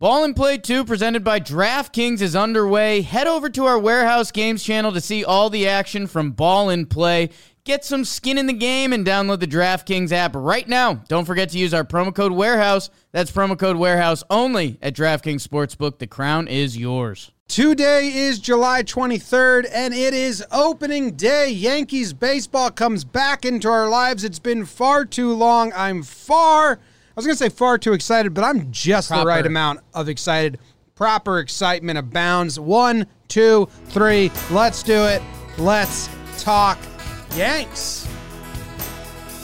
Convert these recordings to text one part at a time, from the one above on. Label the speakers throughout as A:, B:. A: Ball and Play 2 presented by DraftKings is underway. Head over to our Warehouse Games channel to see all the action from Ball and Play. Get some skin in the game and download the DraftKings app right now. Don't forget to use our promo code Warehouse. That's promo code Warehouse only at DraftKings Sportsbook. The crown is yours.
B: Today is July 23rd, and it is opening day. Yankees baseball comes back into our lives. It's been far too long. I'm far, I was going to say far too excited, but I'm just the
A: Proper.
B: right amount of excited. Proper excitement abounds. One, two, three. Let's do it. Let's talk Yanks.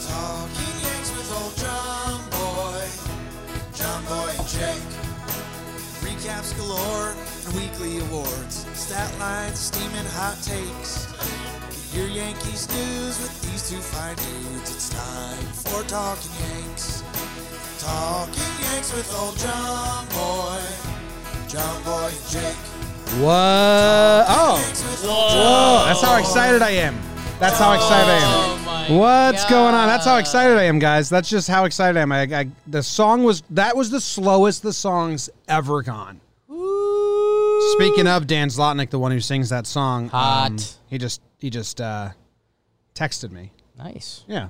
C: Talking Yanks with old John Boy, John Boy and Jake. Recaps galore and weekly awards, stat lines, steaming hot takes. Get your Yankees news with these two fine dudes. It's time for Talking Yanks. Talking Yanks with old John Boy, John Boy and Jake.
B: Whoa. Oh,
C: Yanks with old John.
B: that's how excited I am. That's how excited I am.
A: Oh my
B: What's going on? That's how excited I am, guys. That's just how excited I am. I, I, the song was that was the slowest the song's ever gone. Speaking of Dan Zlotnick, the one who sings that song, um,
A: Hot.
B: he just he just uh, texted me.
A: Nice.
B: Yeah.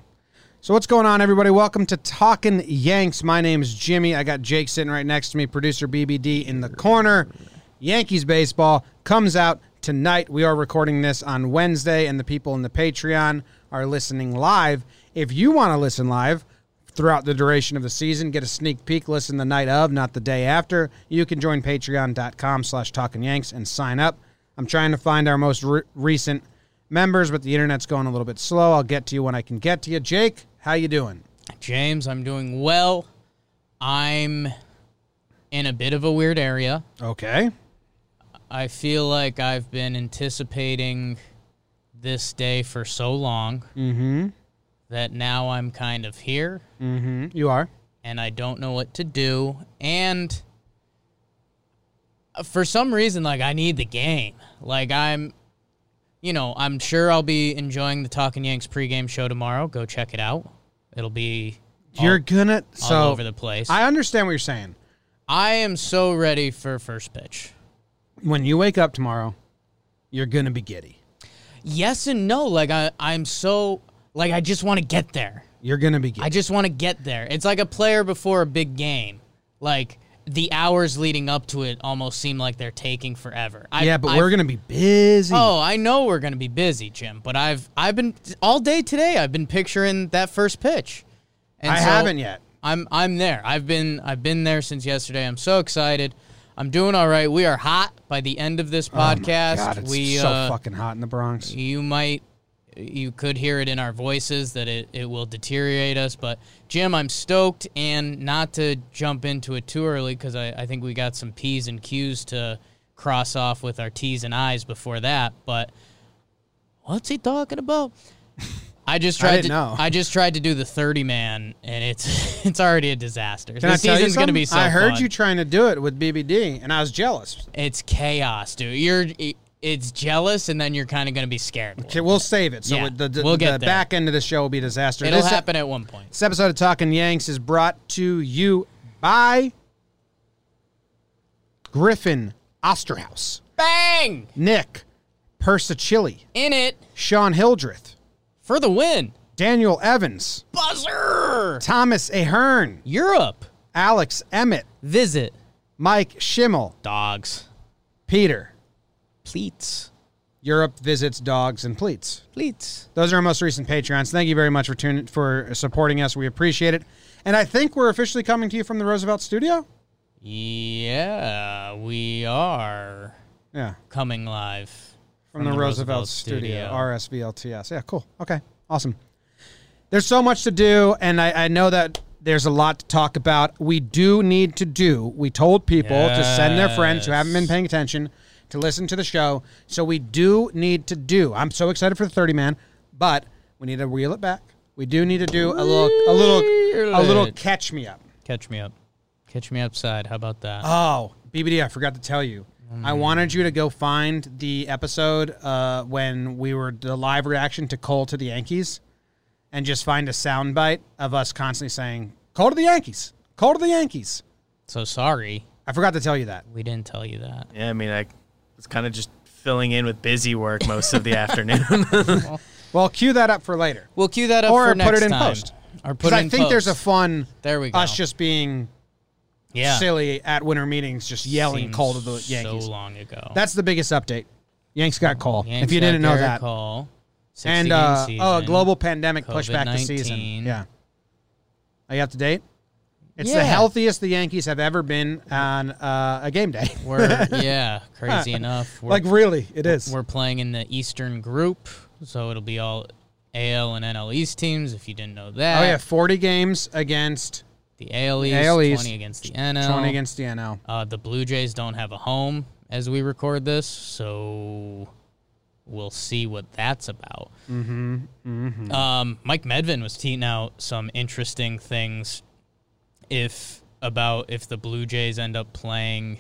B: So what's going on, everybody? Welcome to Talking Yanks. My name's Jimmy. I got Jake sitting right next to me. Producer BBD in the corner. Yankees baseball comes out tonight. We are recording this on Wednesday, and the people in the Patreon are listening live. If you want to listen live throughout the duration of the season, get a sneak peek, listen the night of, not the day after. You can join patreon.com slash talking Yanks and sign up. I'm trying to find our most re- recent members, but the internet's going a little bit slow. I'll get to you when I can get to you. Jake, how you doing?
A: James, I'm doing well. I'm in a bit of a weird area.
B: Okay.
A: I feel like I've been anticipating this day for so long that now I'm kind of here
B: Mm-hmm. You are.
A: and I don't know what to do. And uh, for some reason, like, I need the game. Like, I'm, you know, I'm sure I'll be enjoying the Talking Yanks pregame show tomorrow. Go check it out. It'll be
B: You're gonna
A: all
B: so
A: over the place. I,
B: I understand what you're saying.
A: am so ready for first pitch.
B: When you wake up tomorrow, you're gonna be giddy.
A: Yes and no. Like, I, I'm so, like, I just want to get there.
B: You're gonna be giddy.
A: I just want to get there. It's like a player before a big game. Like the hours leading up to it almost seem like they're taking forever. I,
B: yeah, but
A: I-
B: we're gonna be busy.
A: Oh, I know we're gonna be busy, Jim. But I've I've been all day today. I've been picturing that first pitch. And
B: I
A: so
B: haven't yet.
A: I'm I'm there. I've been I've been there since yesterday. I'm so excited. I'm doing all right. We are hot by the end of this podcast.
B: Oh God, it's
A: we
B: so
A: uh,
B: fucking hot in the Bronx.
A: you might you could hear it in our voices that it, it will deteriorate us but jim i'm stoked and not to jump into it too early because I, I think we got some p's and q's to cross off with our t's and i's before that but what's he talking about i just tried
B: didn't
A: to
B: know.
A: i just tried to do the 30 man and it's it's already a disaster
B: Can
A: the
B: I tell you
A: season's gonna be so
B: something? I heard
A: fun.
B: you trying to do it with BBD, and I was jealous.
A: it's chaos dude you're it's jealous and then you're kind of gonna be scared
B: Okay, we'll save it. So
A: Yeah,
B: the, the,
A: we'll get
B: the
A: there.
B: back end of the show will be a disaster.
A: it'll
B: This- e-
A: happen at one point
B: This episode of Talking Yanks is brought to you by Griffin Osterhaus,
A: bang
B: Nick Persachilli,
A: in it
B: Sean Hildreth,
A: for the win.
B: Daniel Evans,
A: Buzzer!
B: Thomas Ahern,
A: Europe.
B: Alex Emmett,
A: Visit.
B: Mike Schimmel,
A: Dogs.
B: Peter.
A: Pleats.
B: Europe visits dogs and pleats.
A: Pleats.
B: Those are our most recent Patreons. Thank you very much for tuning for supporting us. We appreciate it. And I think we're officially coming to you from the Roosevelt Studio.
A: Yeah, we are
B: Yeah.
A: coming live.
B: from, the, Roosevelt, studio, RSVLTS. Yeah, cool. Okay, awesome. There's so much to do, and I, I know that there's a lot to talk about. We do need to do. We told people to send their friends who haven't been paying attention to listen to the show. So we do need to do. I'm so excited for the 30 man, but we need to reel it back. We do need to do a little, a little, a little
A: it.
B: catch me up.
A: Catch me up. Catch me upside. How about that?
B: Oh, BBD, I forgot to tell you. I
A: Mm.
B: wanted you to go find the episode uh, when we were the live reaction to Cole to the Yankees and just find a soundbite of us constantly saying, Cole to the Yankees, Cole to the Yankees.
A: so sorry.
B: I forgot to tell you that.
A: We didn't tell you that.
D: Yeah, I mean, I was kind of just filling in with busy work most of the afternoon.
B: Well, cue that up for later.
A: We'll cue that up
B: Or
A: for
B: put
A: next
B: it in
A: time.
B: post.
A: Or put
B: Because
A: it
B: I
A: in
B: think there's a
A: post.
B: fun
A: There we go.
B: us just being
A: yeah.
B: silly at winter meetings, just yelling
A: Seems
B: call to the Yankees.
A: So long ago.
B: That's the biggest update. Yanks got call.
A: Yanks
B: if you
A: got
B: didn't know
A: Garrett
B: that,
A: Cole, 60
B: and
A: game
B: uh,
A: season.
B: oh, a global pandemic pushed back the
A: COVID-19.
B: season. Yeah, are you up to date? It's
A: Yeah.
B: the healthiest the Yankees have ever been on uh, a game day.
A: We're yeah, crazy enough. We're,
B: like really, it is.
A: we're playing in the Eastern Group, so it'll be all AL and NL East teams. If you didn't know that,
B: oh yeah, forty games against
A: the AL East,
B: AL East,
A: twenty against the NL,
B: twenty against the NL.
A: Uh, the Blue Jays don't have a home as we record this, so we'll see what that's about. Mm-hmm. Mm-hmm. Um, Mike Medvin was teeing out some interesting things if about if the Blue Jays end up playing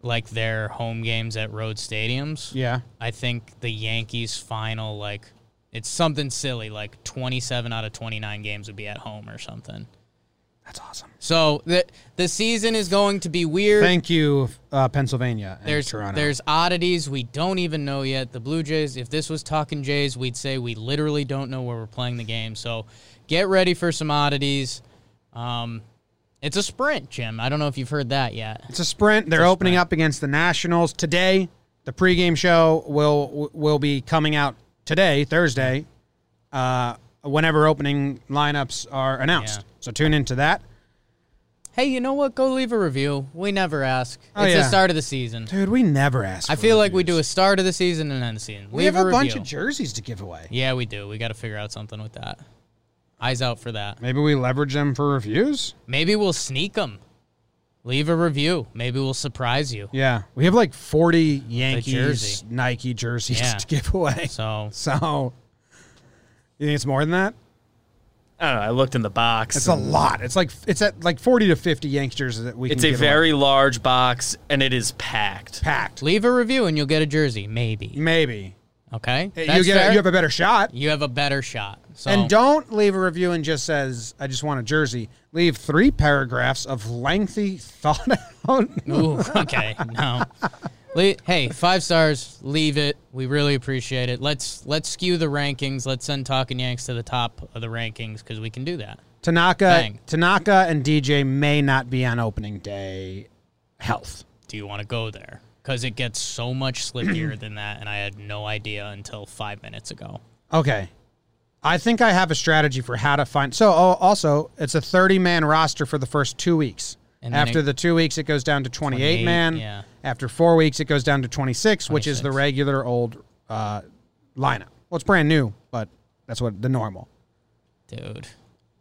A: like their home games at road stadiums.
B: Yeah,
A: I think the Yankees final like it's something silly like 27 out of 29 games would be at home or something.
B: that's awesome.
A: So the the season is going to be weird.
B: Thank you, uh, Pennsylvania. And
A: there's
B: Toronto.
A: there's oddities we don't even know yet. The Blue Jays, if this was talking Jays, we'd say we literally don't know where we're playing the game. So get ready for some oddities. Um, it's a sprint, Jim. I don't know if you've heard that yet.
B: It's a sprint. They're opening
A: sprint.
B: up against the Nationals today. The pregame show will will be coming out today, Thursday, uh, whenever opening lineups are announced.
A: Yeah.
B: So tune into that,
A: Hey, you know what? Go leave a review. We never ask.
B: Oh,
A: it's
B: yeah.
A: the start of the season.
B: dude. We never ask.
A: I
B: for
A: feel like we do
B: reviews.
A: a start of the season and end the season.
B: We
A: leave
B: have a, bunch
A: review.
B: of jerseys to give away.
A: yeah, we do. We got to figure out something with that. Eyes out for that.
B: Maybe we leverage them for reviews.
A: Maybe we'll sneak them. Leave a review. Maybe we'll surprise you.
B: Yeah, we have like forty Yankees
A: jersey.
B: Nike jerseys
A: Yeah.
B: to give away.
A: So
B: So, you think it's more than that?
D: I don't know. I looked in the box.
B: It's a lot. It's like it's at like forty to fifty Yankees jerseys that we.
D: It's
B: can
D: a
B: give away.
D: very large box, and it is packed.
B: packed.
A: leave a review and you'll get a jersey, maybe.
B: Maybe
A: Okay,
B: you
A: That's
B: get
A: fair.
B: you have a better shot.
A: You have a better shot. So
B: And don't leave a review and just says I just want a jersey. Leave three paragraphs of lengthy thought out.
A: Ooh, okay, no. Le- hey, five stars. Leave it. We really appreciate it. Let's let's skew the rankings. Let's send Talking Yanks to the top of the rankings because we can do that.
B: Tanaka,
A: Bang.
B: Tanaka, and DJ may not be on opening day. Health.
A: Do you want to go there? Because it gets so much slickier than that, and I had no idea until five minutes ago.
B: Okay. I think I have a strategy for how to find. So, oh, also, it's a 30 man roster for the first two weeks.
A: And then
B: After
A: it-
B: the two weeks, it goes down to 28,
A: 28,
B: man.
A: yeah.
B: After four weeks, it goes down to 26, which is the
A: 26.
B: regular old uh, lineup. Well, it's brand new, but that's what the normal.
A: Dude,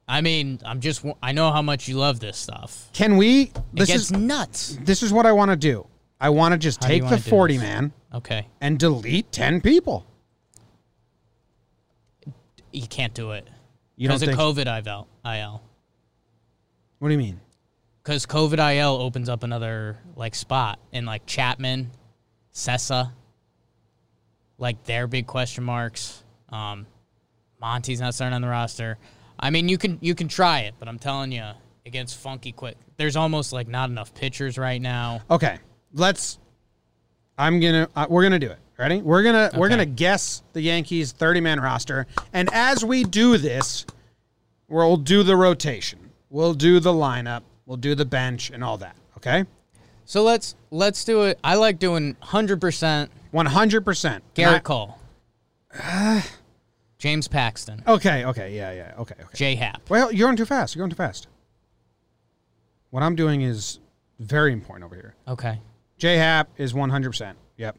A: I mean, I'm just I know how much you love this stuff.
B: Can we?
A: It
B: This
A: gets
B: is
A: nuts.
B: this is what I want to do. I want to just
A: do you
B: take
A: wanna
B: the
A: do
B: 40
A: this?
B: man
A: Okay,
B: and delete 10 people.
A: you can't do it.
B: You don't
A: because of
B: think?
A: COVID IL. IL.
B: what do you mean?
A: Because COVID IL opens up another like spot in like Chapman, Sessa, like their big question marks. Um, Monty's not starting on the roster. I mean, you can you can try it, but I'm telling you, it gets funky quick. There's almost like not enough pitchers right now.
B: Okay, let's. I'm gonna. Uh, we're gonna do it. Ready? We're gonna. We're
A: Okay.
B: gonna guess the Yankees 30 man roster, and as we do this, we'll do the rotation. We'll do the lineup. We'll do the bench and all that. Okay.
A: So let's let's do it. I like doing hundred percent
B: 100. percent
A: Garrett Cole, James Paxton,
B: Okay. Okay. Yeah. Yeah. Okay. Okay.
A: J Hap.
B: Well, you're going too fast. You're going too fast. What I'm doing is very important over here.
A: Okay,
B: J Hap is 100. percent Yep.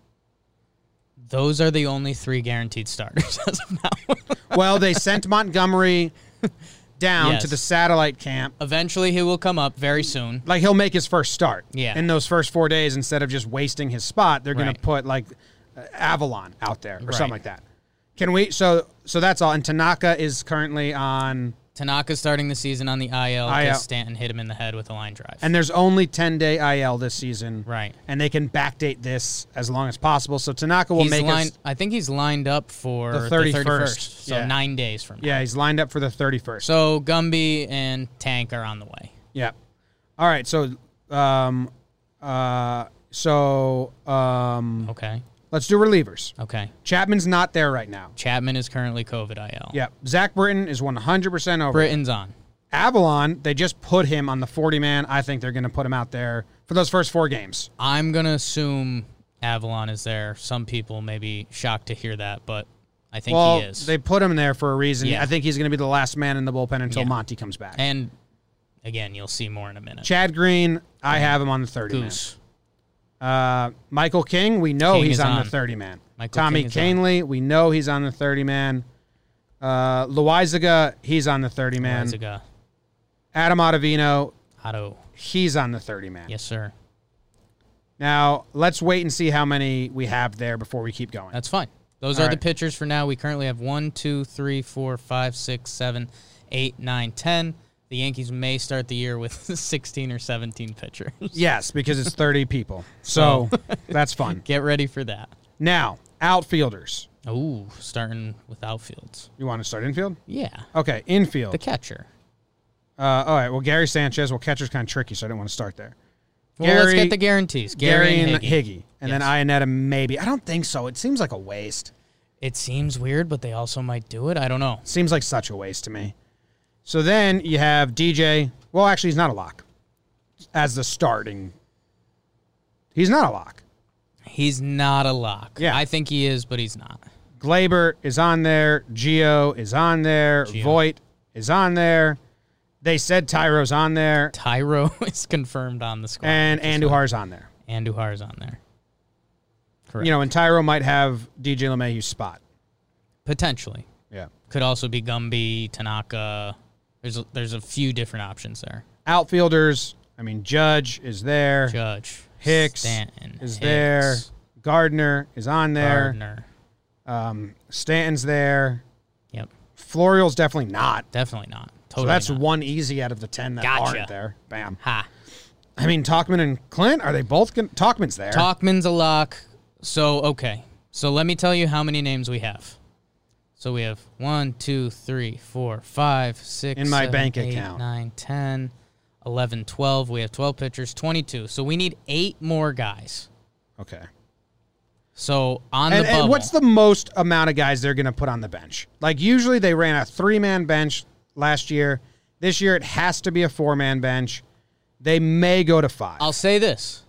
A: those are the only three guaranteed starters as of now.
B: Well, they sent Montgomery down
A: Yes.
B: to the satellite camp.
A: Eventually, he will come up very soon.
B: like he'll make his first start.
A: Yeah.
B: In those first four days, instead of just wasting his spot, they're going
A: Right.
B: to put like uh, Avalon out there or something
A: Right.
B: like that. Can we? So so that's all. And Tanaka is currently on,
A: Tanaka's starting the season on the IL
B: IL.
A: because Stanton hit him in the head with a line drive.
B: and there's only ten day IL this season.
A: Right.
B: And they can backdate this as long as possible. So Tanaka will
A: he's
B: make
A: lined,
B: us.
A: I think he's lined up for the
B: The
A: 31st.
B: 31st,
A: so
B: yeah.
A: nine days from now.
B: Yeah, he's lined up for the thirty first.
A: So Gumby and Tank are on the way.
B: yeah. All right. So Um, uh, so um,
A: Okay.
B: let's do relievers.
A: Okay.
B: Chapman's not there right now.
A: Chapman is currently COVID IL.
B: Yeah, Zach Britton is 100% over.
A: Britain's on.
B: Avalon, they just put him on the 40 man. I think they're going to put him out there for those first four games.
A: I'm gonna assume Avalon is there. Some people may be shocked to hear that, but I think
B: Well,
A: he is.
B: they put him there for a reason.
A: Yeah.
B: I think he's going to be the last man in the bullpen until
A: Yeah.
B: Monty comes back.
A: and again, you'll see more in a minute.
B: Chad Green, I have him on the 30
A: Goose.
B: man. Uh, Michael King, we know
A: King
B: he's
A: is
B: on,
A: on.
B: the 30 man.
A: Michael
B: Tommy
A: King is on.
B: Canley, we know he's on the 30 man. Uh, Loizaga, he's on the 30 man.
A: Gonzaga.
B: Adam Ottavino,
A: uh, Otto.
B: he's on the 30 man.
A: Yes, sir.
B: Now, let's wait and see how many we have there before we keep going.
A: That's fine. Those
B: All
A: are the
B: right.
A: pitchers for now. We currently have one, two, three, four, five, six, seven, eight, nine, ten. The Yankees may start the year with 16 or 17 pitchers.
B: Yes, because it's 30 people. So that's fun.
A: Get ready for that.
B: Now, outfielders.
A: Ooh, starting with outfields.
B: You want to start infield?
A: Yeah.
B: Okay, infield.
A: The catcher.
B: Uh, all right, well, Gary Sanchez. Well, catcher's kind of tricky, so I didn't want to start there.
A: Well, let's
B: Gary-
A: get the guarantees.
B: Gary,
A: Gary,
B: and Higgy. And then Ionetta, maybe. I don't think so. It seems like a waste.
A: It seems weird, but they also might do it. I don't know.
B: Seems like such a waste to me. So then you have DJ. Well, actually, he's not a lock as the starting. He's not a lock.
A: He's not a lock.
B: Yeah.
A: I think he is, but he's not.
B: Glaber is on there. Geo is on there. Voit is on there. They said Tyro's on there.
A: Tyro is confirmed on the squad.
B: And Andujar's on there.
A: Andujar's on there. Correct.
B: You know, and Tyro might have DJ LeMahieu's spot.
A: Potentially.
B: Yeah.
A: Could also be Gumby, Tanaka. There's a, there's a few different options there.
B: Outfielders, I mean, Judge is there.
A: Judge.
B: Hicks
A: Stanton.
B: is
A: Hicks,
B: there. Gardner is on there.
A: Gardner.
B: Stanton's there.
A: Yep.
B: Florial's definitely not.
A: Definitely not.
B: So
A: Totally
B: that's
A: not.
B: one easy out of the 10 that
A: Gotcha.
B: aren't there. Bam.
A: Ha.
B: I mean, Talkman and Clint, are they both? Gonna, Talkman's there.
A: Talkman's a lock. So okay. So let me tell you how many names we have. So we have one, two, three, four, five, six,
B: In my
A: seven,
B: bank
A: eight,
B: account.
A: nine, 10, 11, 12. We have twelve pitchers, twenty-two. So we need eight more guys.
B: okay.
A: So on
B: And,
A: the
B: and
A: bubble,
B: what's the most amount of guys they're going to put on the bench? Like usually they ran a three man bench last year. This year it has to be a four man bench. They may go to 5
A: I'll say this.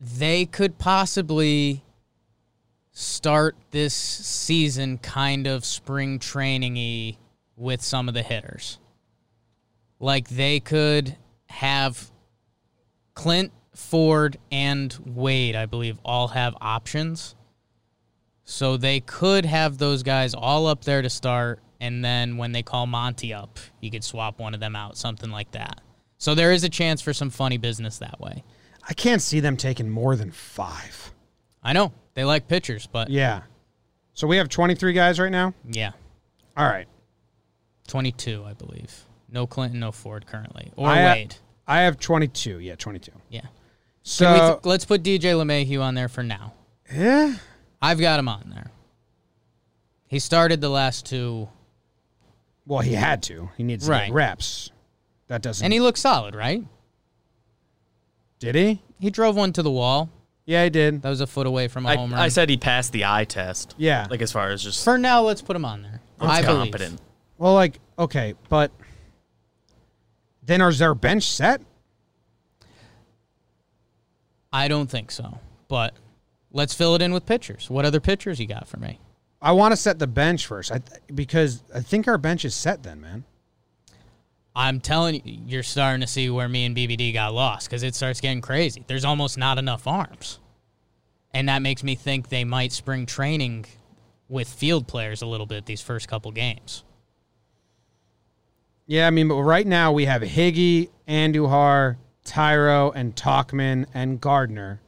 A: They could possibly start this season kind of spring training y with some of the hitters. Like they could have Clint, Ford, and Wade, I believe, all have options. So they could have those guys all up there to start, and then when they call Monty up, you could swap one of them out, something like that. So there is a chance for some funny business that way.
B: I can't see them taking more than five.
A: I know they like pitchers, but yeah,
B: Yeah. So we have 23 guys right now. All right.
A: 22, I believe. No Clinton, no Ford currently, or
B: I,
A: Wade.
B: I have 22. Yeah, 22.
A: Yeah,
B: So,
A: We
B: uh,
A: th- let's put DJ LeMahieu on there for now.
B: yeah.
A: I've got him on there. He started the last two,
B: Well, he had to. He needs to get
A: Right.
B: reps. That doesn't.
A: and he looked solid, right?
B: did he?
A: He drove one to the wall.
B: Yeah, he did.
A: That was a foot away from a
D: I,
A: home run.
D: I said he passed the eye test.
B: Yeah.
D: Like as far as just
A: For now, let's put him on there. I believe.
D: competent.
B: Well, like, okay, but then is their bench set?
A: I don't think so, but let's fill it in with pitchers. What other pitchers you got for me?
B: I want to set the bench first I th- because I think our bench is set then, man.
A: I'm telling you, you're starting to see where me and BBD got lost because it starts getting crazy. There's almost not enough arms, and that makes me think they might spring training with field players a little bit these first couple games.
B: Yeah, I mean, but right now we have Higgy, Andujar, Tyro, and Talkman and Gardner.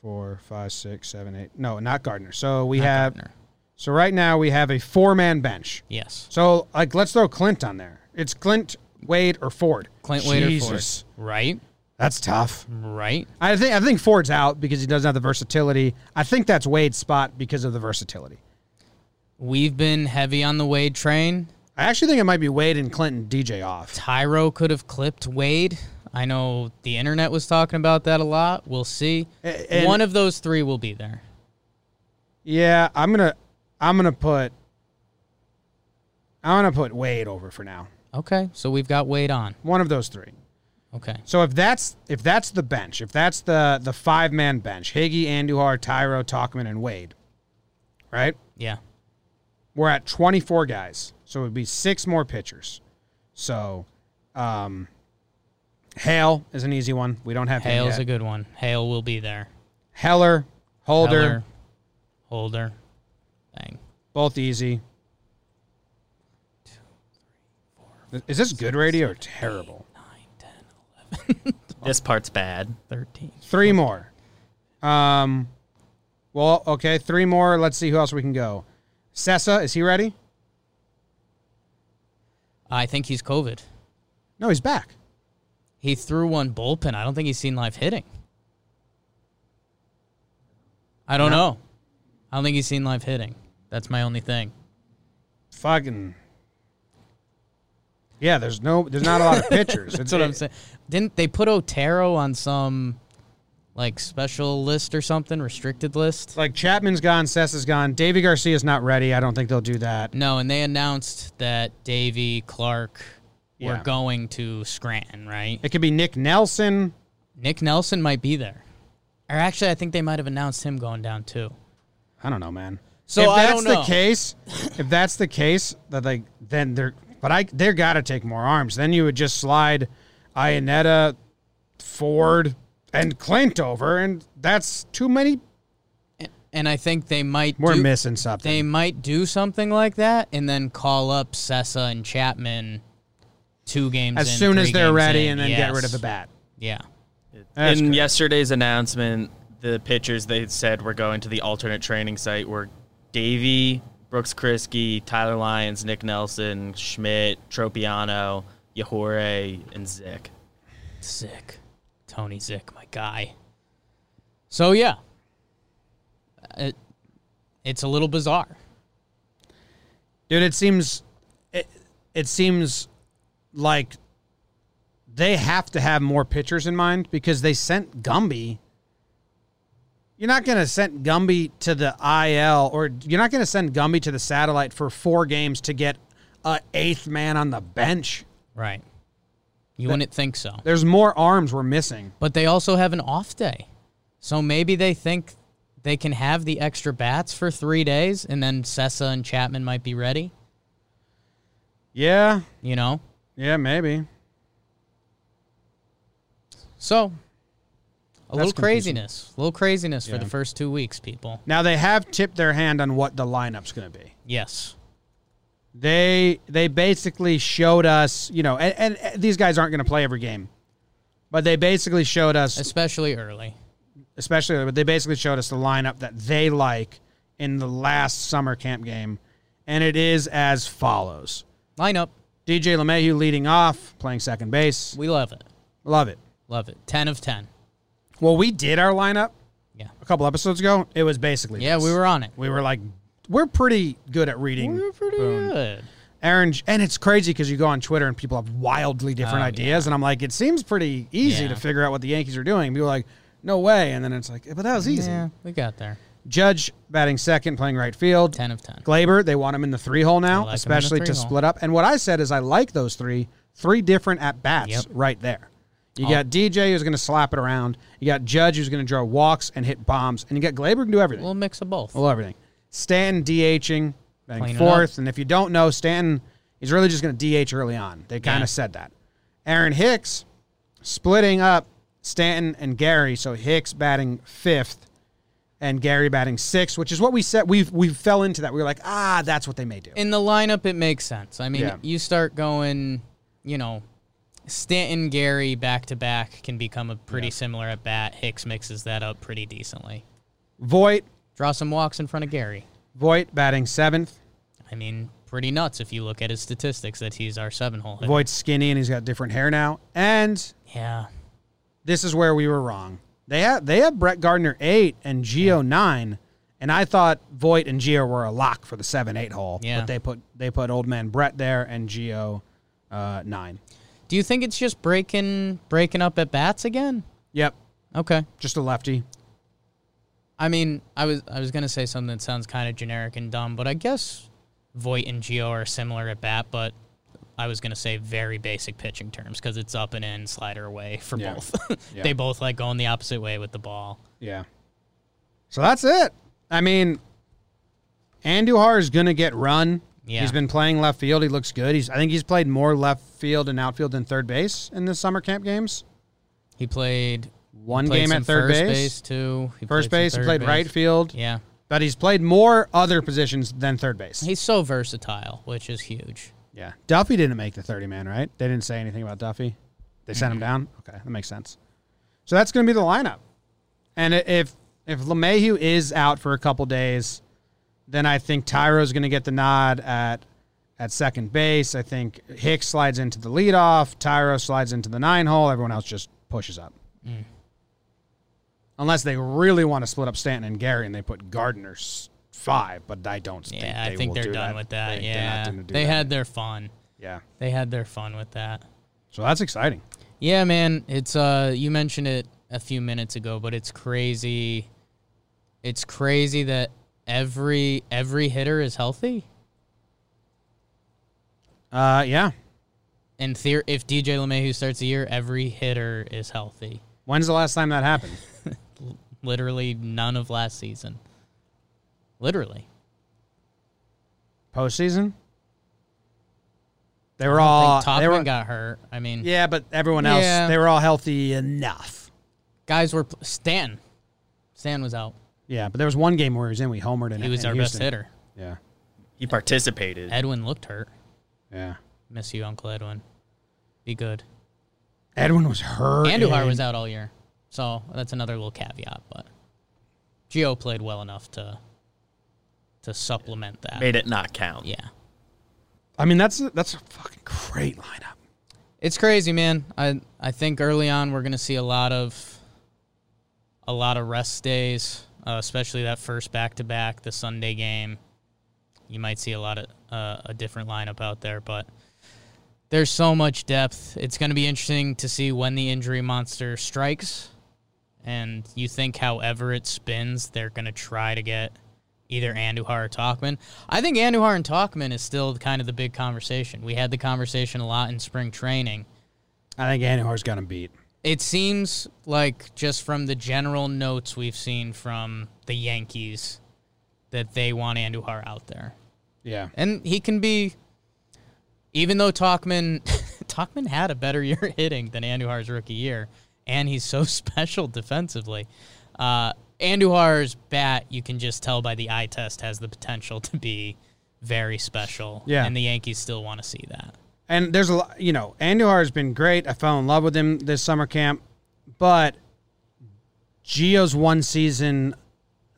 B: Four, five, six, seven, eight. No, not Gardner. So we
A: Not
B: have.
A: Gardner.
B: So right now we have a four-man bench.
A: yes,
B: So like, let's throw Clint on there. It's Clint, Wade, or Ford.
A: Clint Waiter
B: Jesus,
A: Ford, right,
B: that's tough.
A: right.
B: I think I think Ford's out because he doesn't have the versatility. I think that's Wade's spot because of the versatility.
A: We've been heavy on the Wade train.
B: I actually think it might be Wade and Clinton DJ off.
A: Tyro could have clipped Wade. I know the internet was talking about that a lot. We'll see.
B: A- and-
A: One of those three will be there.
B: Yeah, I'm gonna I'm gonna put I'm gonna put Wade over for now.
A: Okay, so we've got Wade on.
B: One of those three.
A: Okay.
B: So if that's if that's the bench, if that's the the five man bench, Higgy, Andujar, Tyro, Talkman, and Wade, right?
A: Yeah.
B: We're at 24 guys, so it would be six more pitchers. So, um, Hale is an easy one. We don't have him
A: Hale's
B: yet.
A: a good one. Hale will be there.
B: Heller, Holder,
A: Heller, Holder. Bang.
B: both easy. Is this good radio or terrible?
A: 9, 10,
D: This part's bad.
A: 13.
B: Three more. Um, well, okay, three more. Let's see who else we can go. Sessa, is he ready?
A: I think he's COVID.
B: No, he's back.
A: He threw one bullpen. I don't think he's seen live hitting. I don't know. I don't think he's seen live hitting. That's my only thing.
B: Fucking. Yeah, there's no, there's not a lot of pitchers.
A: That's what I'm saying. Didn't they put Otero on some like special list or something, restricted list?
B: Like Chapman's gone, Sess is gone. Davy Garcia's not ready. I don't think they'll do that.
A: No, and they announced that Davy Clark
B: Yeah.
A: were going to Scranton, right?
B: It could be Nick Nelson.
A: Nick Nelson might be there. Or actually, I think they might have announced him going down too.
B: I don't know, man.
A: So
B: if
A: I
B: that's
A: don't
B: the
A: know.
B: case, if that's the case, that like then they're but I they're got to take more arms. Then you would just slide Ionetta, Ford, and Clint over, and that's too many.
A: And I think they might
B: We're
A: do,
B: missing something.
A: they might do something like that and then call up Sessa and Chapman two games
B: as
A: in,
B: soon as
A: three
B: they're
A: games
B: ready,
A: in.
B: and then get
A: Yes.
B: rid of the bat.
A: Yeah.
B: That's
D: in
B: good.
D: yesterday's announcement, the pitchers they said were going to the alternate training site were Davey, Brooks Krisky, Tyler Lyons, Nick Nelson, Schmidt, Tropiano, Yahore, and Zick.
A: Zick. Tony Zick, my guy. So yeah. Uh, It, it's a little bizarre.
B: dude it seems it, it seems like they have to have more pitchers in mind because they sent gumby you're not going to send gumby to the il or you're not going to send gumby to the satellite for four games to get a eighth man on the bench
A: Right. You wouldn't think so.
B: there's more arms we're missing
A: But they also have an off day. So maybe they think they can have the extra bats for three days and then Sessa and Chapman might be ready,
B: yeah
A: you know?
B: yeah maybe
A: So a little
B: confusing.
A: craziness. A little craziness
B: Yeah.
A: for the first two weeks, people.
B: now they have tipped their hand on what the lineup's going to be
A: Yes.
B: they they basically showed us you know and, and, and these guys aren't going to play every game but they basically showed us
A: Especially early.
B: especially but they basically showed us the lineup that they like in the last summer camp game and it is as follows
A: Lineup.
B: dj lemayhew leading off playing second base
A: We love it.
B: love it
A: Love it. Ten of ten.
B: well we did our lineup
A: Yeah.
B: a couple episodes ago it was basically
A: Yeah,
B: this.
A: we were on it.
B: we were like we're pretty good at reading
A: We were pretty good.
B: Aaron, and it's crazy because you go on Twitter and people have wildly different
A: Oh,
B: ideas, and I'm like, it seems pretty easy
A: Yeah.
B: to figure out what the Yankees are doing. People are like, no way, and then it's like, but that was easy.
A: Yeah, we got there.
B: Judge batting second, playing right field.
A: Ten of ten.
B: Glaber, they want him in the three hole
A: like
B: now,
A: him in the
B: especially to
A: three hole.
B: split up. And what I said is, I like those three, three different at bats
A: Yep.
B: right there. You got DJ who's going to slap it around. You got Judge who's going to draw walks and hit bombs, and you got Glaber who can do everything.
A: A little mix of both.
B: Well, everything. Stanton DHing, batting
A: Cleaning
B: fourth. And if you don't know, Stanton is really just going to DH early on. They kind of
A: Yeah.
B: said that. Aaron Hicks splitting up Stanton and Gary. So Hicks batting fifth and Gary batting sixth, which is what we said. We we fell into that. We were like, ah, that's what they may do.
A: in the lineup, it makes sense. I mean,
B: Yeah.
A: you start going, you know, Stanton, Gary back to back can become a pretty similar at bat. Hicks mixes that up pretty decently.
B: Voight,
A: Draw some walks in front of Gary.
B: Voight batting seventh.
A: I mean, pretty nuts if you look at his statistics that he's our seven hole hitter.
B: Voight's skinny and he's got different hair now. And
A: Yeah.
B: this is where we were wrong. They have they have Brett Gardner eight and Geo nine, And I thought Voigt and Gio were a lock for the seven eight hole.
A: Yeah.
B: But they put they put old man Brett there and Gio uh, nine.
A: Do you think it's just breaking breaking up at bats again?
B: Yep.
A: Okay.
B: Just a lefty.
A: I mean, I was I was gonna say something that sounds kind of generic and dumb, but I guess Voight and Geo are similar at bat, but I was gonna say very basic pitching terms because it's up and in, slider away for
B: Yeah.
A: both.
B: Yeah.
A: They both like going the opposite way with the ball.
B: Yeah. So that's it. I mean, Andujar is going to get run.
A: Yeah.
B: He's been playing left field. He looks good. He's I think he's played more left field and outfield than third base in the summer camp games.
A: He played
B: One
A: played
B: game
A: some
B: at third
A: first
B: base.
A: too. He
B: First
A: played some
B: base, he
A: third
B: played
A: base.
B: right field,
A: Yeah,
B: but he's played more other positions than third base.
A: he's so versatile, which is huge.
B: yeah. Duffy didn't make the 30 man, right? They didn't say anything about Duffy. They sent him down. Okay, that makes sense. So that's going to be the lineup. And i- if if LeMahieu is out for a couple days, then I think Tyro's going to get the nod at at second base. I think Hicks slides into the leadoff. Tyro slides into the nine hole. Everyone else just pushes up.
A: Mm.
B: Unless they really want to split up Stanton and Gary and they put Gardner's five, but I don't think
A: Yeah,
B: they
A: I think
B: will
A: they're
B: do
A: done with that.
B: They- they're not
A: yeah,
B: gonna do
A: they
B: that.
A: had their fun.
B: yeah.
A: They had their fun with that.
B: So that's exciting.
A: Yeah, man, it's uh you mentioned it a few minutes ago, but it's crazy. It's crazy that every every hitter is healthy.
B: Uh, yeah.
A: In theory, if DJ LeMahieu starts the year, every hitter is healthy.
B: When's the last time that happened?
A: Literally none of last season. Literally.
B: Postseason. They were all.
A: I think
B: they
A: Topman
B: were,
A: got hurt. I mean,
B: Uh, yeah, but everyone else,
A: Yeah.
B: they were all healthy enough.
A: guys were pl- Stan. Stan was out.
B: Yeah, but there was one game where he was in. We homered and
A: He was
B: in
A: our
B: Houston.
A: best hitter.
B: Yeah,
D: He participated.
A: Edwin looked hurt.
B: yeah.
A: Miss you, Uncle Edwin. Be good.
B: Edwin was hurt.
A: Andujar
B: in-
A: was out all year, so that's another little caveat. But Gio played well enough to to supplement that.
D: Made it not count.
A: Yeah,
B: I mean, that's a, that's a fucking great lineup.
A: it's crazy, man. I I think early on we're gonna see a lot of a lot of rest days, uh, especially that first back to back, the Sunday game. You might see a lot of uh, a different lineup out there, but there's so much depth. It's going to be interesting to see when the injury monster strikes. And you think, however it spins, they're going to try to get either Andujar or Talkman. I think Andujar and Talkman is still kind of the big conversation. We had the conversation a lot in spring training
B: I think Andujar's got him beat.
A: it seems like just from the general notes we've seen from the Yankees that they want Andujar out there.
B: Yeah,
A: And he can be even though Talkman Talkman had a better year hitting than Andujar's rookie year, and he's so special defensively. Uh Andujar's bat, you can just tell by the eye test, has the potential to be very special.
B: Yeah.
A: And the Yankees still want to see that.
B: and there's a lot. You know, Andujar has been great. I fell in love with him this summer camp, but Geo's one season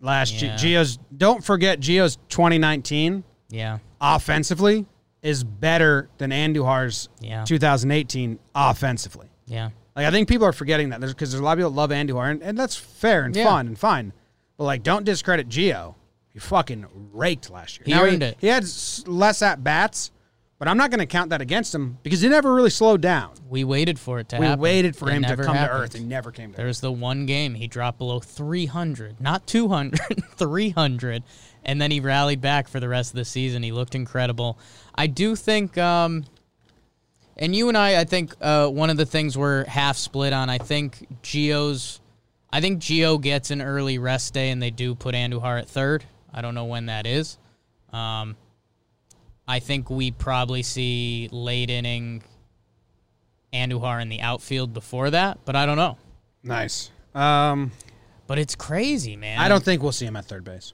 B: last
A: Yeah.
B: year. Geo's don't forget Geo's 2019.
A: Yeah.
B: offensively is better than Andujar's
A: Yeah.
B: 2018 offensively.
A: Yeah.
B: Like I think people are forgetting that because there's, a lot of people that love Andujar, and, and that's fair and
A: Yeah.
B: fun and fine. But like, don't discredit Gio. He fucking raked last year.
A: He earned it.
B: He had s- less at bats, but I'm not going to count that against him because he never really slowed down.
A: We waited for it to
B: We
A: happen.
B: waited for
A: It
B: him to
A: never
B: come to
A: happened.
B: earth. He never came to
A: There
B: earth.
A: was the one game he dropped below 300, not 200, 300, and then he rallied back for the rest of the season. He looked incredible. I do think, um, and you and I, I think uh, one of the things we're half split on. I think Geo's, I think Geo gets an early rest day, and they do put Andujar at third. I don't know when that is. Um, I think we probably see late inning Andujar in the outfield before that, but I don't know.
B: Nice. Um,
A: But it's crazy, man.
B: I don't think we'll see him at third base.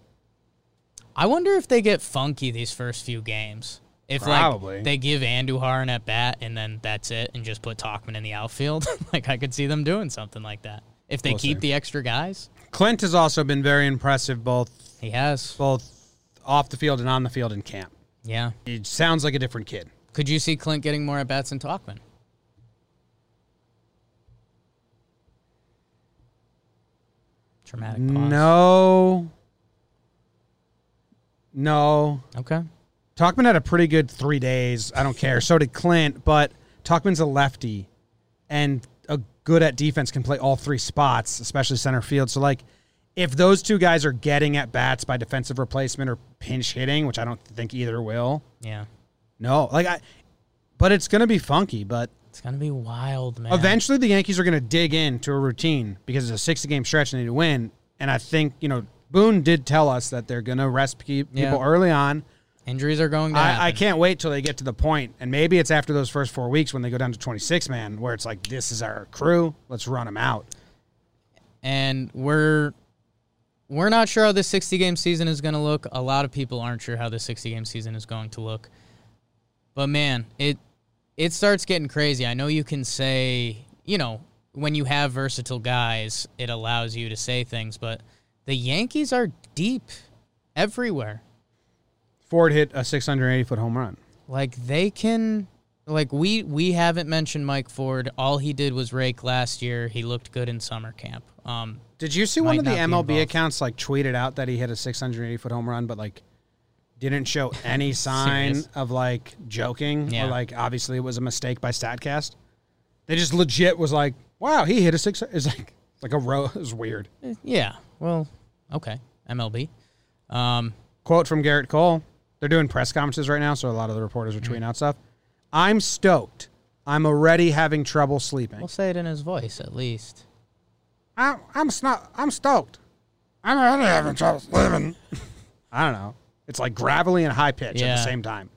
A: I wonder if they get funky these first few games. If
B: Probably.
A: like they give Andujar an at bat and then that's it, and just put Talkman in the outfield, like I could see them doing something like that. If they
B: We'll
A: keep
B: see.
A: the extra guys,
B: Clint has also been very impressive, both
A: he has.
B: both off the field and on the field in camp.
A: Yeah.
B: He sounds like a different kid.
A: Could you see Clint getting more at bats than Talkman? Dramatic pause.
B: No, No.
A: Okay.
B: Talkman had a pretty good three days. I don't care. So did Clint, but Talkman's a lefty and a good at defense can play all three spots, especially center field. So like if those two guys are getting at bats by defensive replacement or pinch hitting, which I don't think either will,
A: Yeah.
B: no. Like I but it's gonna be funky, but
A: It's gonna be wild, man.
B: Eventually, the Yankees are going to dig into a routine because it's a 60 game stretch and they need to win. And I think, you know, Boone did tell us that they're going to rest pe- people
A: Yeah.
B: early on.
A: Injuries are going to
B: I, I
A: happen.
B: can't wait till they get to the point, and maybe it's after those first four weeks when they go down to 26 man, where it's like, this is our crew, let's run them out.
A: and we're we're not sure how this 60 game season is going to look. A lot of people aren't sure how this 60 game season is going to look. But man, it it starts getting crazy. I know you can say, you know, when you have versatile guys, it allows you to say things, but the Yankees are deep everywhere.
B: Ford hit a 680 foot home run.
A: Like they can like we we haven't mentioned Mike Ford. All he did was rake last year. He looked good in summer camp. Um
B: Did you see
A: Might
B: one of the
A: not be
B: MLB
A: involved.
B: accounts like tweeted out that he hit a 680 foot home run, but like didn't show any sign
A: Serious.
B: of like joking
A: Yeah.
B: or like obviously it was a mistake by Statcast? They just legit was like, wow, he hit a six. It's like like a row. It was weird.
A: Yeah. Well, okay. MLB. Um,
B: Quote from Garrett Cole. They're doing press conferences right now, so a lot of the reporters are tweeting out stuff. I'm stoked. I'm already having trouble sleeping.
A: we'll say it in his voice at least.
B: I'm I'm sno- I'm stoked. I'm already having trouble sleeping. I don't know. It's like gravelly and high pitch at
A: Yeah.
B: the same time.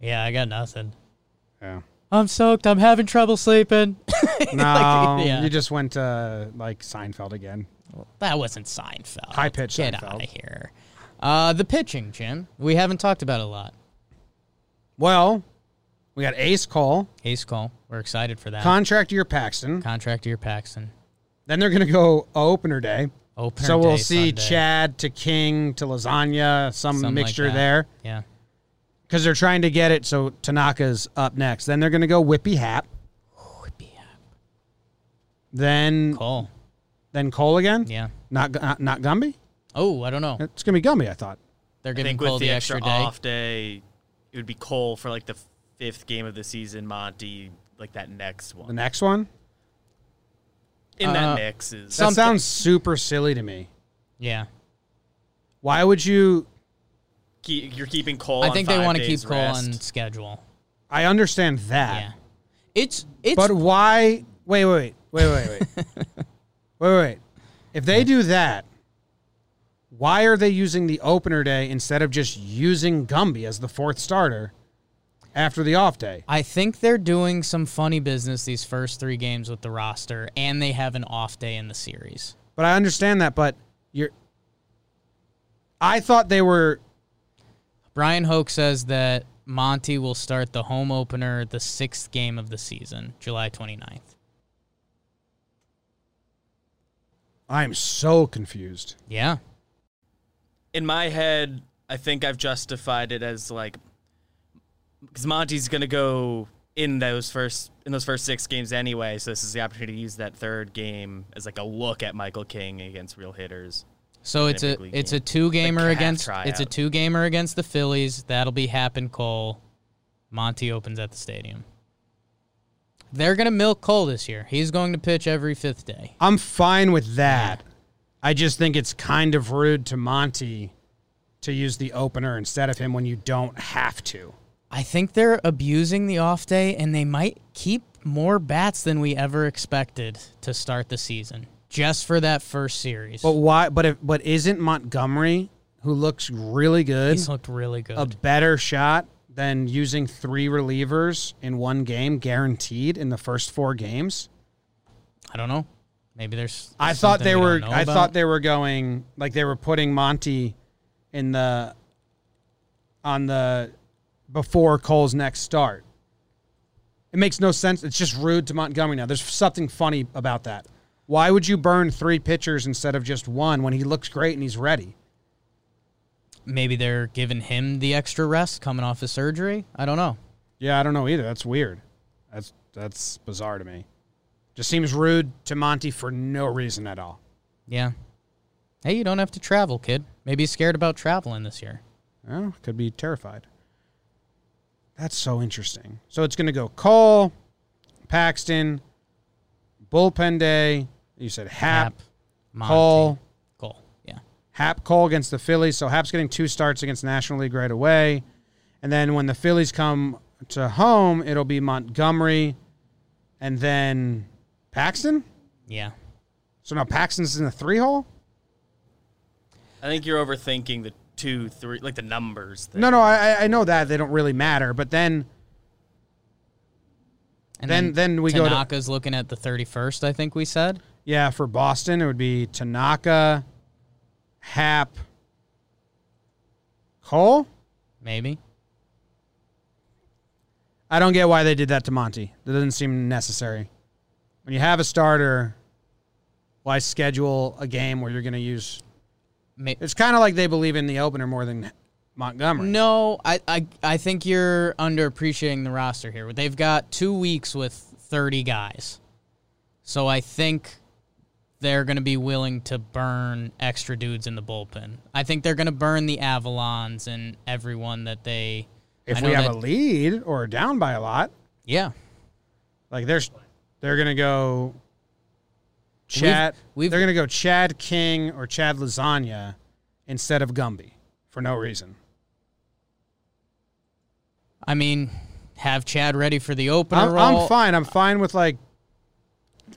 A: Yeah, I got nothing.
B: Yeah.
A: I'm soaked. I'm having trouble sleeping.
B: No,
A: yeah.
B: you just went to like Seinfeld again.
A: that wasn't Seinfeld.
B: High pitch
A: Get
B: Seinfeld.
A: out of here. Uh, the pitching, Jim. We haven't talked about it a lot.
B: Well, we got Ace Cole,
A: Ace Cole. We're excited for that.
B: contract year Paxton.
A: Contract year Paxton.
B: Then they're gonna go opener day.
A: Opener
B: so we'll
A: day
B: see
A: Sunday.
B: Chad to King to Lasagna, some
A: Something like
B: mixture
A: that.
B: there.
A: Yeah.
B: Because they're trying to get it so Tanaka's up next. Then they're gonna go Whippy Hat. Then
A: Cole.
B: then Cole again.
A: Yeah.
B: Not Gu- not, not Gumby.
A: Oh, I don't know.
B: It's gonna be Gumby. I thought.
A: They're
D: I
A: giving
D: think
A: Cole
D: with
A: the,
D: the extra,
A: day.
D: off day, it would be Cole for like the fifth game of the season. Monty, like that next
B: The
D: one.
B: next one.
D: In
A: Uh,
D: that mix is
B: That
A: Something.
B: sounds super silly to me.
A: Yeah.
B: Why would you?
D: keep, you're keeping Cole.
A: I
D: on
A: think they
D: five
A: want to
D: days
A: keep Cole
D: rest.
A: on schedule.
B: I understand that,
A: Yeah. It's it's
B: but why? Wait, wait, wait, wait, wait, wait, wait, wait. If they do that, why are they using the opener day instead of just using Gumby as the fourth starter after the off day?
A: I think they're doing some funny business these first three games with the roster, and they have an off day in the series.
B: But I understand that. But you're. I thought they were
A: Brian Hoke says that Monty will start the home opener the sixth game of the season, July 29th.
B: I'm so confused.
A: Yeah.
D: in my head, I think I've justified it as like because Monty's gonna go in those first in those first six games anyway, so this is the opportunity to use that third game as like a look at Michael King against real hitters.
A: So it's a
D: big league
A: it's
D: game.
A: a two gamer
D: calf
A: against it's a
D: tryout.
A: two gamer against the Phillies. That'll be happen Cole. Monty opens at the stadium. They're gonna milk Cole this year. He's going to pitch every fifth day.
B: I'm fine with that. I just think it's kind of rude to Monty to use the opener instead of him when you don't have to.
A: I think they're abusing the off day and they might keep more bats than we ever expected to start the season just for that first series.
B: But why? But if, but isn't Montgomery, who looks really good,
A: He's looked really good.
B: a better shot than using three relievers in one game, guaranteed in the first four games?
A: I don't know. Maybe there's.
B: I thought
A: something
B: they
A: we
B: were.
A: don't know
B: I
A: about.
B: thought they were going like they were putting Monty in the on the before Cole's next start. It makes no sense. It's just rude to Montgomery now. There's something funny about that. Why would you burn three pitchers instead of just one when he looks great and he's ready?
A: maybe they're giving him the extra rest coming off his surgery. I don't know.
B: Yeah, I don't know either. That's weird. That's that's bizarre to me. Just seems rude to Monty for no reason at all.
A: Yeah. Hey, you don't have to travel, kid. Maybe he's scared about traveling this year.
B: Well, could be terrified. That's so interesting. So it's going to go Cole, Paxton, bullpen day. You said Hap,
A: Hap, Monty.
B: Cole,
A: Cole. Yeah.
B: Hap Cole against the Phillies. So Hap's getting two starts against National League right away. And then when the Phillies come to home, it'll be Montgomery and then Paxton.
A: Yeah.
B: So now Paxton's in the three hole?
D: I think you're overthinking the two, three, like the numbers. Thing.
B: No, no, I, I- I know that. They don't really matter. But then
A: And
B: Then- then we go to-
A: Tanaka's looking at the 31st, I think we said.
B: Yeah, for Boston, it would be Tanaka, Hap, Cole.
A: Maybe.
B: I don't get why they did that to Monty. That doesn't seem necessary. When you have a starter, why schedule a game where you're going to use?
A: May-
B: It's kind of like they believe in the opener more than Montgomery.
A: No, I, I I think you're underappreciating the roster here. They've got two weeks with 30 guys, so I think they're going to be willing to burn extra dudes in the bullpen. I think they're going to burn the Avalons and everyone that they. I
B: if
A: know
B: we have
A: that-
B: a lead or down by a lot,
A: yeah,
B: like there's, they're going to go. Chad,
A: we've-
B: they're going to go Chad King or Chad Lasagna instead of Gumby for no reason.
A: I mean, have Chad ready for the opener
B: I'm,
A: roll.
B: I'm fine. I'm fine with like.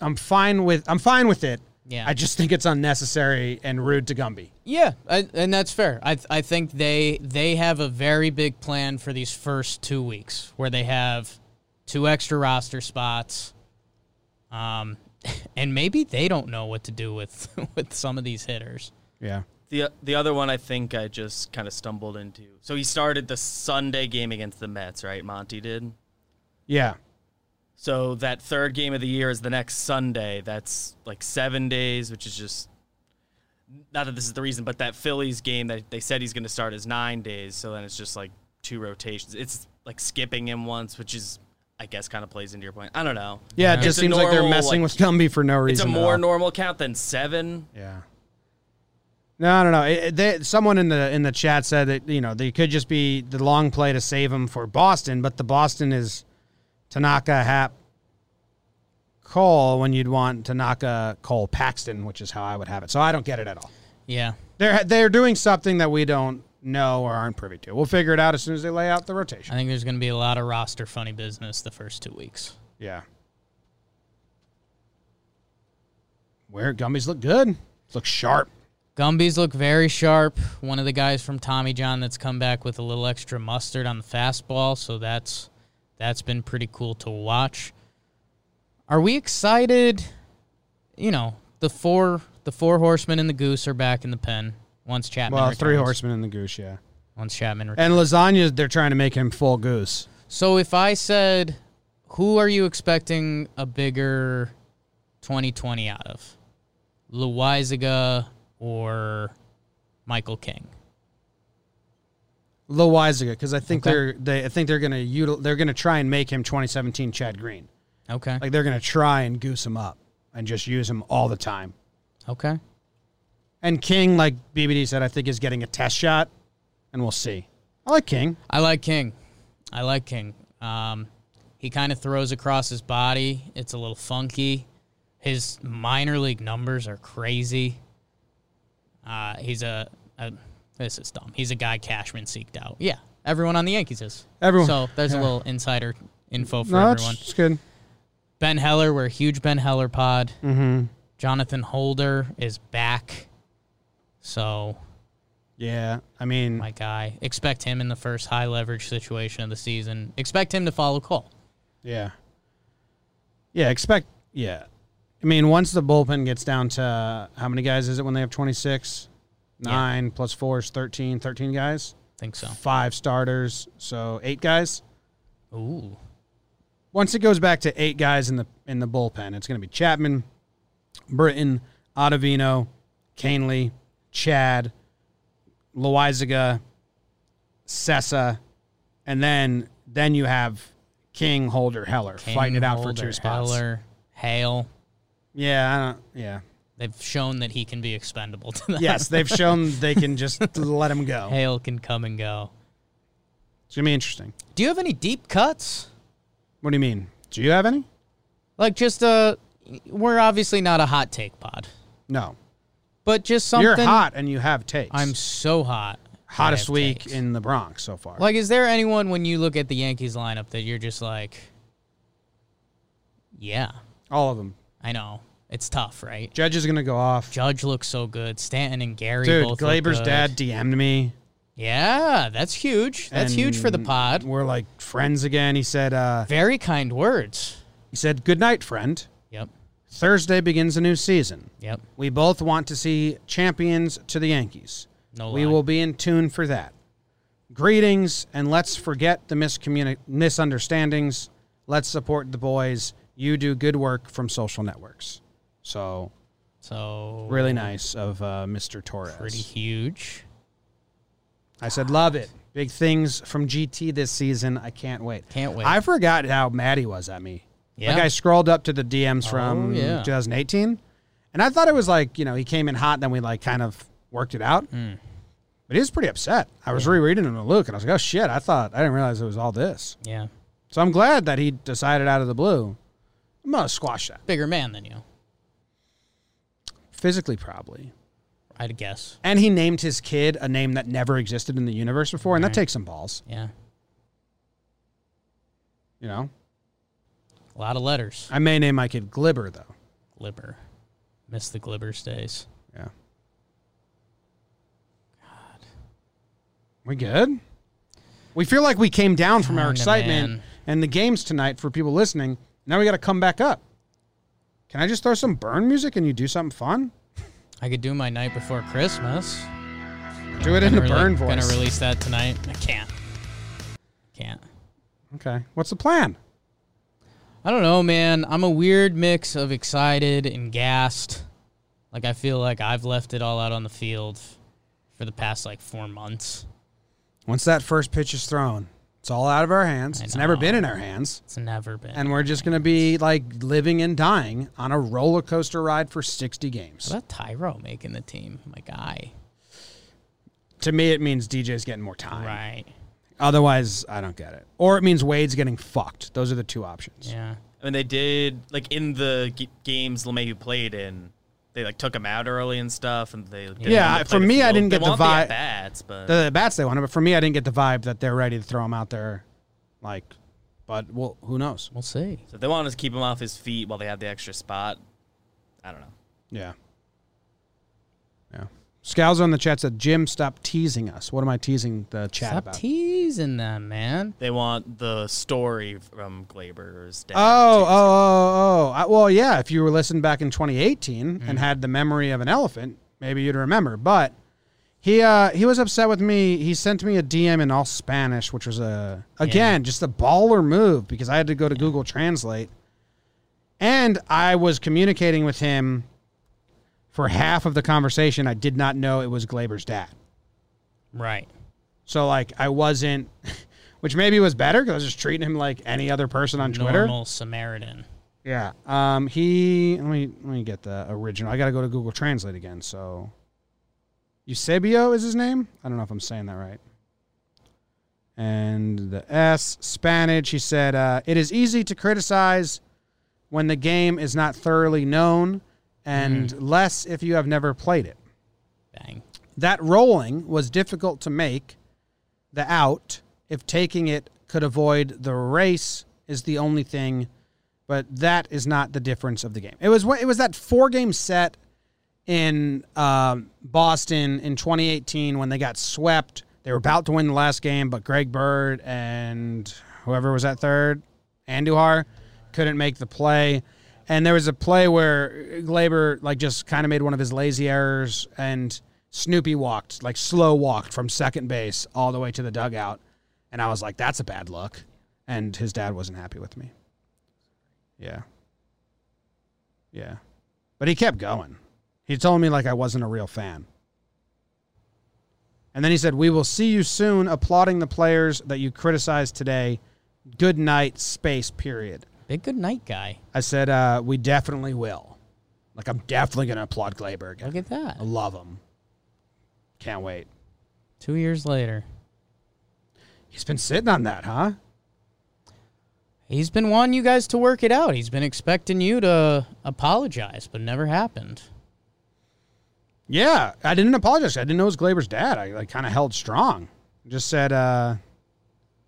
B: I'm fine with. I'm fine with it.
A: Yeah.
B: I just think it's unnecessary and rude to Gumby.
A: Yeah, I, and that's fair. I I think they they have a very big plan for these first two weeks, where they have two extra roster spots, um, and maybe they don't know what to do with with some of these hitters.
B: Yeah.
D: The the other one I think I just kind of stumbled into. So he started the Sunday game against the Mets, right? Monty did.
B: Yeah.
D: So that third game of the year is the next Sunday. That's like seven days, which is just not that this is the reason, but that Phillies game that they said he's going to start is nine days. So then it's just like two rotations. It's like skipping him once, which is, I guess, kind of plays into your point. I don't know.
B: Yeah. It
D: It's
B: just
D: a
B: seems like they're
D: normal,
B: messing
D: like-
B: with Gumby for no
D: It's
B: reason.
D: a
B: at
D: more
B: all.
D: normal count than seven.
B: Yeah. No, no, no. It, it- they, someone in the in the chat said that you know they could just be the long play to save him for Boston, but the Boston is Tanaka Hap Cole when you'd want Tanaka Cole Paxton, which is how I would have it. So I don't get it at all.
A: Yeah,
B: They're they're doing something that we don't know or aren't privy to. We'll figure it out as soon as they lay out the
A: I
B: rotation.
A: think there's going to be a lot of roster funny business the first two weeks.
B: Yeah. Where gummies look good. Look sharp.
A: Gumbies look very sharp. One of the guys from Tommy John that's come back with a little extra mustard on the fastball, so that's that's been pretty cool to watch. Are we excited? You know, the four the four horsemen and the goose are back in the pen once Chapman.
B: Well,
A: returns,
B: three horsemen in the goose, yeah.
A: Once Chapman returns.
B: And lasagna, they're trying to make him full goose.
A: So if I said, who are you expecting a bigger 2020 out of, Loizaga or Michael King?
B: Loizaga, because I think
A: Okay.
B: they're they I think they're gonna util, they're gonna try and make him 2017 Chad Green.
A: Okay.
B: Like they're gonna try and goose him up and just use him all the time.
A: Okay.
B: And King, like BBD said, I think is getting a test shot, and we'll see. I like King.
A: I like King. I like King. Um, he kind of throws across his body. It's a little funky. His minor league numbers are crazy. Uh, he's a, a this is dumb. He's a guy Cashman seeked out. Yeah, everyone on the Yankees is.
B: Everyone.
A: So there's a
B: Yeah.
A: little insider info for
B: No, that's,
A: everyone.
B: that's good.
A: Ben Heller, we're a huge Ben Heller pod. Mm-hmm. Jonathan Holder is back. So
B: Yeah, I mean,
A: my guy. Expect him in the first high leverage situation of the season. Expect him to follow Cole.
B: yeah, yeah. Expect, yeah. I mean, once the bullpen gets down to how many guys is it when they have twenty six, nine plus four is 13, 13 guys,
A: Think so.
B: five starters, so eight guys.
A: Ooh.
B: Once it goes back to eight guys in the in the bullpen, it's going to be Chapman, Britton, Ottavino, Canley, Chad, Loizaga, Sessa, and then then you have King, Holder, Heller fighting it out for
A: Holder,
B: two spots.
A: Heller, Hale.
B: Yeah, I don't, yeah.
A: They've shown that he can be expendable to them.
B: Yes, they've shown they can just let him go.
A: Hale can come and go.
B: It's gonna be interesting.
A: Do you have any deep cuts?
B: What do you mean? Do you have any?
A: Like just uh we're obviously not a hot take pod,
B: No.
A: but just something
B: You're hot and you have takes.
A: I'm so hot.
B: hottest
A: I have
B: week
A: takes.
B: in the Bronx so far.
A: Like, is there anyone when you look at the Yankees lineup that you're just like, yeah,
B: All of them.
A: I know it's tough, right?
B: Judge is gonna go off.
A: Judge looks so good. Stanton and Gary
B: Dude,
A: both. look
B: Glaber's
A: good.
B: dad DM'd me.
A: Yeah, that's huge. That's huge for the
B: and
A: pod.
B: We're like friends again. He said. Uh,
A: Very kind words.
B: he said, "Good night, friend.
A: Yep.
B: Thursday begins a new season.
A: Yep.
B: We both want to see champions to the Yankees.
A: No
B: we
A: lie.
B: will be in tune for that. Greetings, and let's forget the miscommuni- misunderstandings. Let's support the boys. You do good work from social networks. So
A: So
B: really nice of uh, Mr. Torres.
A: pretty huge.
B: I said, love it. Big things from GT this season. I can't wait.
A: Can't wait.
B: I forgot how mad he was at me.
A: Yeah. Oh,
B: Like I scrolled up to the DMs from
A: yeah.
B: 2018, and I thought it was like you know he came in hot, and then we like kind of worked it out.
A: Hmm.
B: But he was pretty upset. I was rereading him to Luke, and I was like, oh shit, I thought I didn't realize it was all this.
A: Yeah.
B: So I'm glad that he decided out of the blue. I'm gonna squash that
A: Bigger man than you,
B: physically, probably.
A: I'd guess.
B: And he named his kid a name that never existed in the universe before, and that takes some balls,
A: Yeah.
B: you know.
A: A lot of letters.
B: I may name my kid Glibber though.
A: Glibber. Miss the Glibber's days.
B: Yeah. We good? We feel like we came down from our
A: Kinda,
B: excitement
A: man.
B: and the games tonight for people listening. Now we got to come back up. Can I just throw some burn music and you do something fun?
A: I could do my night before Christmas.
B: Do it in the
A: We're
B: burn
A: like, Gonna
B: voice.
A: release that tonight. I can't. Can't.
B: okay. What's the plan?
A: I don't know, man. I'm a weird mix of excited and gassed. Like I feel like I've left it all out on the field for the past like four months.
B: Once that first pitch is thrown, it's all out of our hands.
A: I
B: It's never
A: know.
B: been in our hands.
A: It's never been.
B: And we're just going to be like living and dying on a roller coaster ride for 60 games.
A: what about Tyro making the team? My guy.
B: To me, it means DJ's getting more time.
A: Right.
B: Otherwise, I don't get it. Or it means Wade's getting fucked. Those are the two options.
A: Yeah.
D: I mean, they did like in the g- games LeMahieu played in. They like took him out early and stuff, and they didn't
B: Yeah,
D: let him
B: for
D: play the
B: me, I
D: field.
B: didn't
D: They
B: get the
D: want the
B: vi-
D: bats, but
B: The bats they wanted, but for me, I didn't get the vibe that they're ready to throw him out there. Like, but well, who knows?
A: We'll see.
D: so if they want to keep him off his feet while they have the extra spot. I don't know.
B: Yeah. Yeah. Scowls on the chat said, Jim, stop teasing us. What am I teasing the chat
A: Stop
B: about?
A: teasing them, man.
D: They want the story from Glaber's dad.
B: Oh,
D: too.
B: oh, oh, oh. I, well, yeah, if you were listening back in 2018 and had the memory of an elephant, maybe you'd remember. But he uh, he was upset with me. He sent me a DM in all Spanish, which was a again just a baller move because I had to go to Google Translate, and I was communicating with him for half of the conversation. I did not know it was Glaber's dad.
A: Right.
B: So like I wasn't, which maybe was better because I was just treating him like any other person on Twitter.
A: Normal Samaritan.
B: Yeah. Um. He. Let me. Let me get the original. I got to go to Google Translate again. So. Eusebio is his name. I don't know if I'm saying that right. And the S Spanish. He said, uh, "It is easy to criticize when the game is not thoroughly known, and less if you have never played it."
A: Bang.
B: That rolling was difficult to make. The out, if taking it could avoid the race, is the only thing. But that is not the difference of the game. It was what- it was that four game set in um, Boston in 2018 when they got swept. They were about to win the last game, but Greg Bird and whoever was at third, Andujar, couldn't make the play. And there was a play where Glaber like just kind of made one of his lazy errors, and Snoopy walked like slow walked from second base all the way to the dugout, and I was like, "That's a bad look," and his dad wasn't happy with me. Yeah. Yeah. But he kept going. He told me like I wasn't a real fan. And then he said, We will see you soon applauding the players that you criticized today. Good night, space, period.
A: Big good night guy.
B: I said, uh, We definitely will. Like I'm definitely gonna applaud Glaber again.
A: Look at that.
B: I love him. Can't wait.
A: Two years later.
B: He's been sitting on that, huh?
A: He's been wanting you guys to work it out. He's been expecting you to apologize, but never happened.
B: Yeah, I didn't apologize. I didn't know it was Glaber's dad. I like kind of held strong. Just said, uh,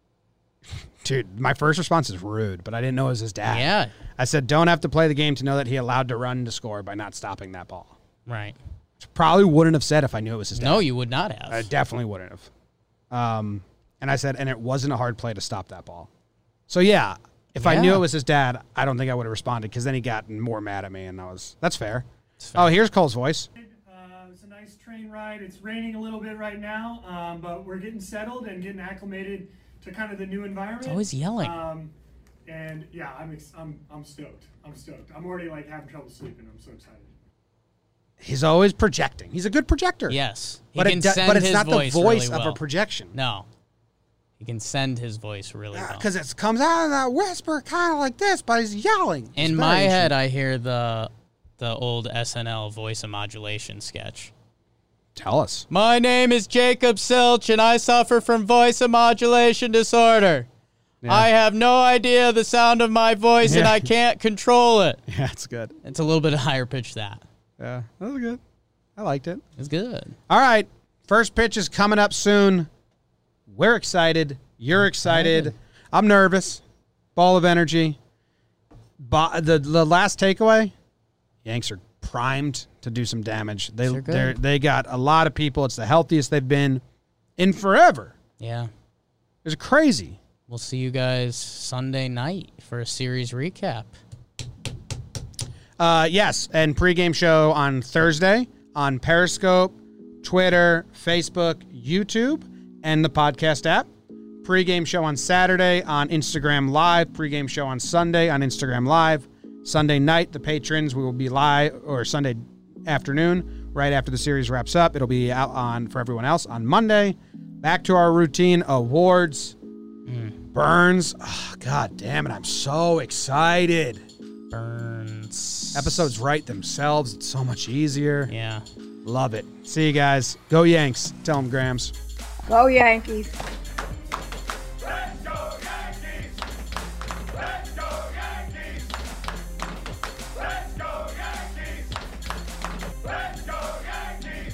B: dude, my first response is rude, but I didn't know it was his dad.
A: Yeah.
B: I said, don't have to play the game to know that he allowed to run to score by not stopping that ball.
A: Right.
B: Which probably wouldn't have said if I knew it was his dad.
A: No, you would not have.
B: I definitely wouldn't have. Um, and I said, and it wasn't a hard play to stop that ball. So yeah, if I knew
A: Yeah.
B: it was his dad, I don't think I would have responded because then he got more mad at me, and I was that's fair. Oh, here's Cole's voice.
E: Uh, it's a nice train ride. It's raining a little bit right now, um, but we're getting settled and getting acclimated to kind of the new environment. It's
A: always yelling.
E: Um, and yeah, I'm, ex- I'm I'm stoked. I'm stoked. I'm already like having trouble sleeping. I'm so excited.
B: He's always projecting. He's a good projector.
A: yes. He
B: but
A: can
B: it do-
A: send
B: but it's
A: his
B: not
A: voice
B: the voice
A: really
B: of
A: well.
B: a projection.
A: No. He can send his voice really well.
B: because it comes out of that whisper kind of like this, but he's yelling. It's
A: In
B: very
A: my head,
B: interesting.
A: I hear the the old SNL voice and modulation sketch.
B: tell us.
A: My name is Jacob Silch, and I suffer from voice modulation disorder. I have no idea the sound of my voice, and
B: Yeah.
A: I can't control it.
B: Yeah, it's good.
A: It's a little bit higher pitch. That
B: Yeah, that was good. I liked it.
A: it's good.
B: All right. First pitch is coming up soon. We're excited. You're excited. I'm nervous. Ball of energy. Bo- the, the last takeaway Yanks are primed to do some damage. They,
A: Sure good.
B: they're, they got a lot of people. It's the healthiest they've been in forever.
A: Yeah,
B: It's crazy.
A: we'll see you guys Sunday night for a series recap.
B: Uh, yes, and pregame show on Thursday on Periscope, Twitter, Facebook, YouTube, and the podcast app. Pregame show on Saturday on Instagram Live. Pregame show on Sunday on Instagram Live. Sunday night, the patrons, we will be live, or Sunday afternoon, right after the series wraps up. It'll be out on for everyone else on Monday. Back to our routine awards. Burns. Oh, God damn it. I'm so excited
A: Burns.
B: episodes write themselves. It's so much easier.
A: Yeah.
B: Love it. See you guys. Go Yanks. Tell them Grams.
F: Go Yankees.
G: Let's go Yankees! Let's go Yankees! Let's go Yankees! Let's go Yankees!